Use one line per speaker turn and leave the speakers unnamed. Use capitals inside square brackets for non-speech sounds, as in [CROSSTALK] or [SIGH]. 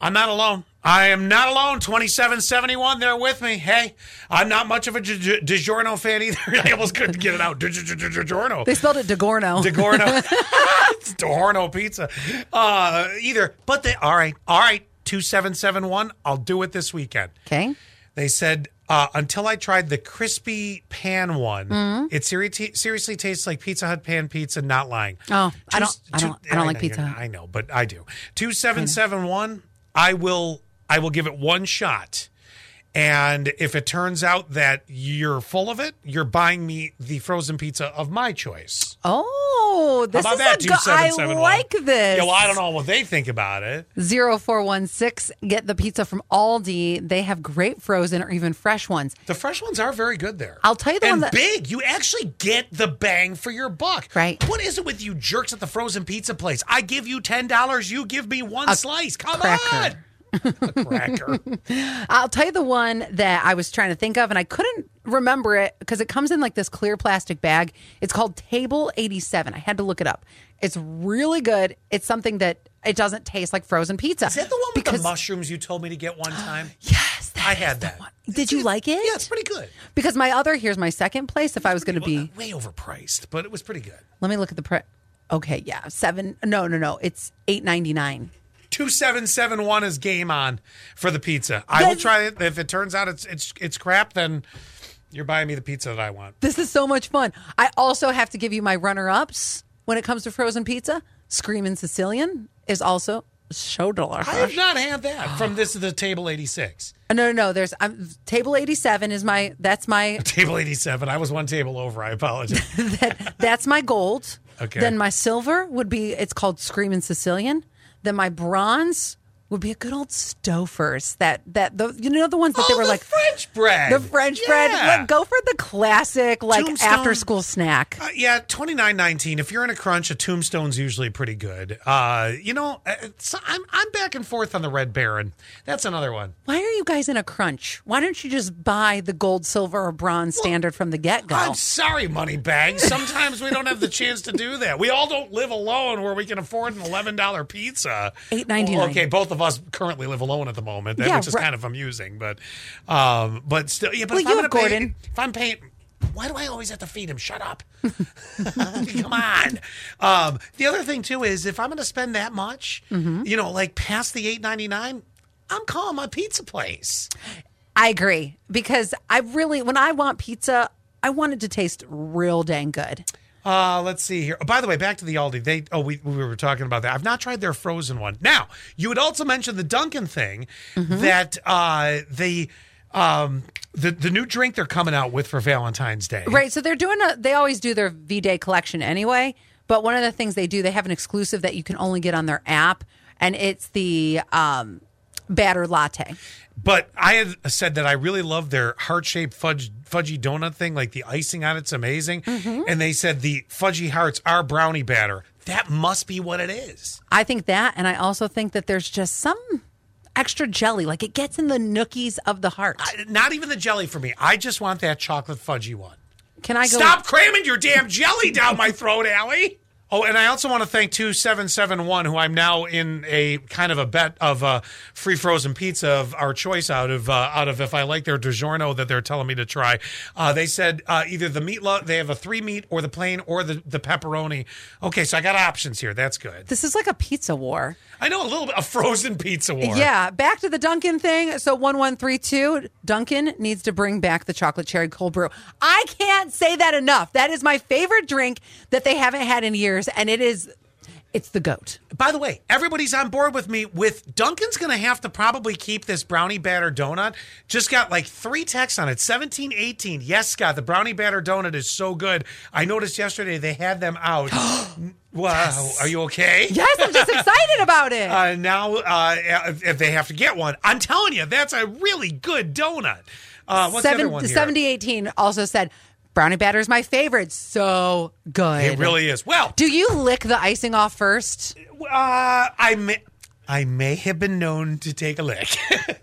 I'm not alone. I am not alone. 2771, they're with me. Hey, I'm not much of a Gi- Gi- DiGiorno fan either. [LAUGHS] I almost couldn't get it out. Gi- Gi- Gi- Gi- DiGiorno.
They spelled it
[LAUGHS]
DeGorno.
DeGorno. DeHorno pizza. Uh, either. But they, all right, all right, 2771, I'll do it this weekend.
okay.
They said, uh, until I tried the crispy pan one,
Mm-hmm.
it seri- t- seriously tastes like Pizza Hut pan pizza, not lying.
Oh, I don't- I
two-
don't- I don't like
know,
Pizza
you're-
Hut.
I know, but I do. 2771, I will, I will give it one shot. And if it turns out that you're full of it, you're buying me the frozen pizza of my choice.
Oh, this
How
is
about that?
a go- I
2771.
like this.
Yeah, well, I don't know what they think about it.
0416, get the pizza from Aldi. They have great frozen or even fresh ones.
The fresh ones are very good there.
I'll tell you the
and
one that-
big. You actually get the bang for your buck.
Right.
What is it with you jerks at the frozen pizza place? I give you ten dollars, you give me one slice. Come
cracker.
on. A
[LAUGHS]
cracker.
I'll tell you the one that I was trying to think of and I couldn't remember it because it comes in like this clear plastic bag. It's called Table 87. I had to look it up. It's really good. It's something that it doesn't taste like frozen pizza.
Is that the one with the mushrooms you told me to get
[GASPS]
one time?
Yes, that
I
is
had
the
that.
one. Did you like it?
Yeah, it's pretty good.
Because my other here's my second place. If I was going to be,
Way overpriced, but it was pretty good.
let me look at the price. Okay, yeah, seven. No, no, no. It's eight ninety nine.
2771 is game on for the pizza. I will try it. If it turns out it's it's it's crap, then you're buying me the pizza that I want.
This is so much fun. I also have to give you my runner ups when it comes to frozen pizza. Screaming Sicilian is also so
I
delicious.
have not had that from this is the table 86.
Uh, No, no, no. There's um, table eighty seven is my
[LAUGHS]
that's my
[LAUGHS] Table 87. I was one table over. I [LAUGHS] apologize.
that, that's my gold.
Okay.
Then my silver would be it's called Screaming Sicilian. Then my bronze would be a good old Stouffer's. That that the you know the ones that they
Oh,
were
the
like
French bread.
The French
Yeah.
bread. Look, go for the classic like
Tombstone.
after school snack.
Uh, yeah, 29.19. If you're in a crunch, a tombstone's usually pretty good. Uh, you know, uh, it's- I'm I'm back and forth on the Red Baron. That's another one.
Why are you guys in a crunch? Why don't you just buy the gold, silver, or bronze standard from the get go?
I'm sorry, Moneybags. Sometimes we don't have the chance to do that. We all don't live alone where we can afford an $11 pizza.
$8.99.
Okay, both of us currently live alone at the moment, that-
Yeah,
which is
right.
kind of amusing, but um, but still, yeah, but
Well,
if
you
I'm
have
gonna pay-
Gordon.
if I'm paying, why do I always have to feed him? Shut up. [LAUGHS] Come on. Um, the other thing, too, is if I'm going to spend that much,
Mm-hmm.
you know, like past the $8.99, I'm calling my pizza place.
I agree because I really, when I want pizza, I want it to taste real dang good.
Uh, let's see here. Oh, by the way, back to the Aldi. They oh we we were talking about that. I've not tried their frozen one. Now you had also mentioned the Dunkin' thing that uh the um the the new drink they're coming out with for Valentine's Day.
Right. So they're doing a, they always do their V Day collection anyway. But one of the things they do, they have an exclusive that you can only get on their app, and it's the um, batter latte.
But I had said that I really love their heart shaped fudge fudgy donut thing. Like the icing on it's amazing. And they said the fudgy hearts are brownie batter. That must be what it is.
I think that, and I also think that there's just some extra jelly, like it gets in the nookies of the heart.
Not even the jelly for me. I just want that chocolate fudgy one.
Can I go?
Stop cramming your damn jelly down my throat, Allie. Oh, and I also want to thank 2771, who I'm now in a kind of a bet of uh, free frozen pizza of our choice out of uh, out of if I like their DiGiorno that they're telling me to try. Uh, they said uh, either the meat, lo- they have a three meat or the plain or the, the pepperoni. Okay, so I got options here. That's good.
This is like a pizza war.
I know a little bit, a frozen pizza war.
Yeah, back to the Duncan thing. So one one three two. Duncan needs to bring back the chocolate cherry cold brew. I can't say that enough. That is my favorite drink that they haven't had in years, and it is, it's the goat.
By the way, everybody's on board with me. With Duncan's going to have to probably keep this brownie batter donut. Just got like three texts on it 17, 18. Yes, Scott, the brownie batter donut is so good. I noticed yesterday they had them out. wow. Are you okay?
Yes,
[LAUGHS]
I'm just excited about it.
Uh, now, uh, if- if they have to get one, I'm telling you, that's a really good donut. Uh, what's the other one?
Seven,
here?
7018 also said brownie batter is my favorite. So good.
It really is. Well,
Do you lick the icing off first?
uh, I, may, I may have been known to take a lick.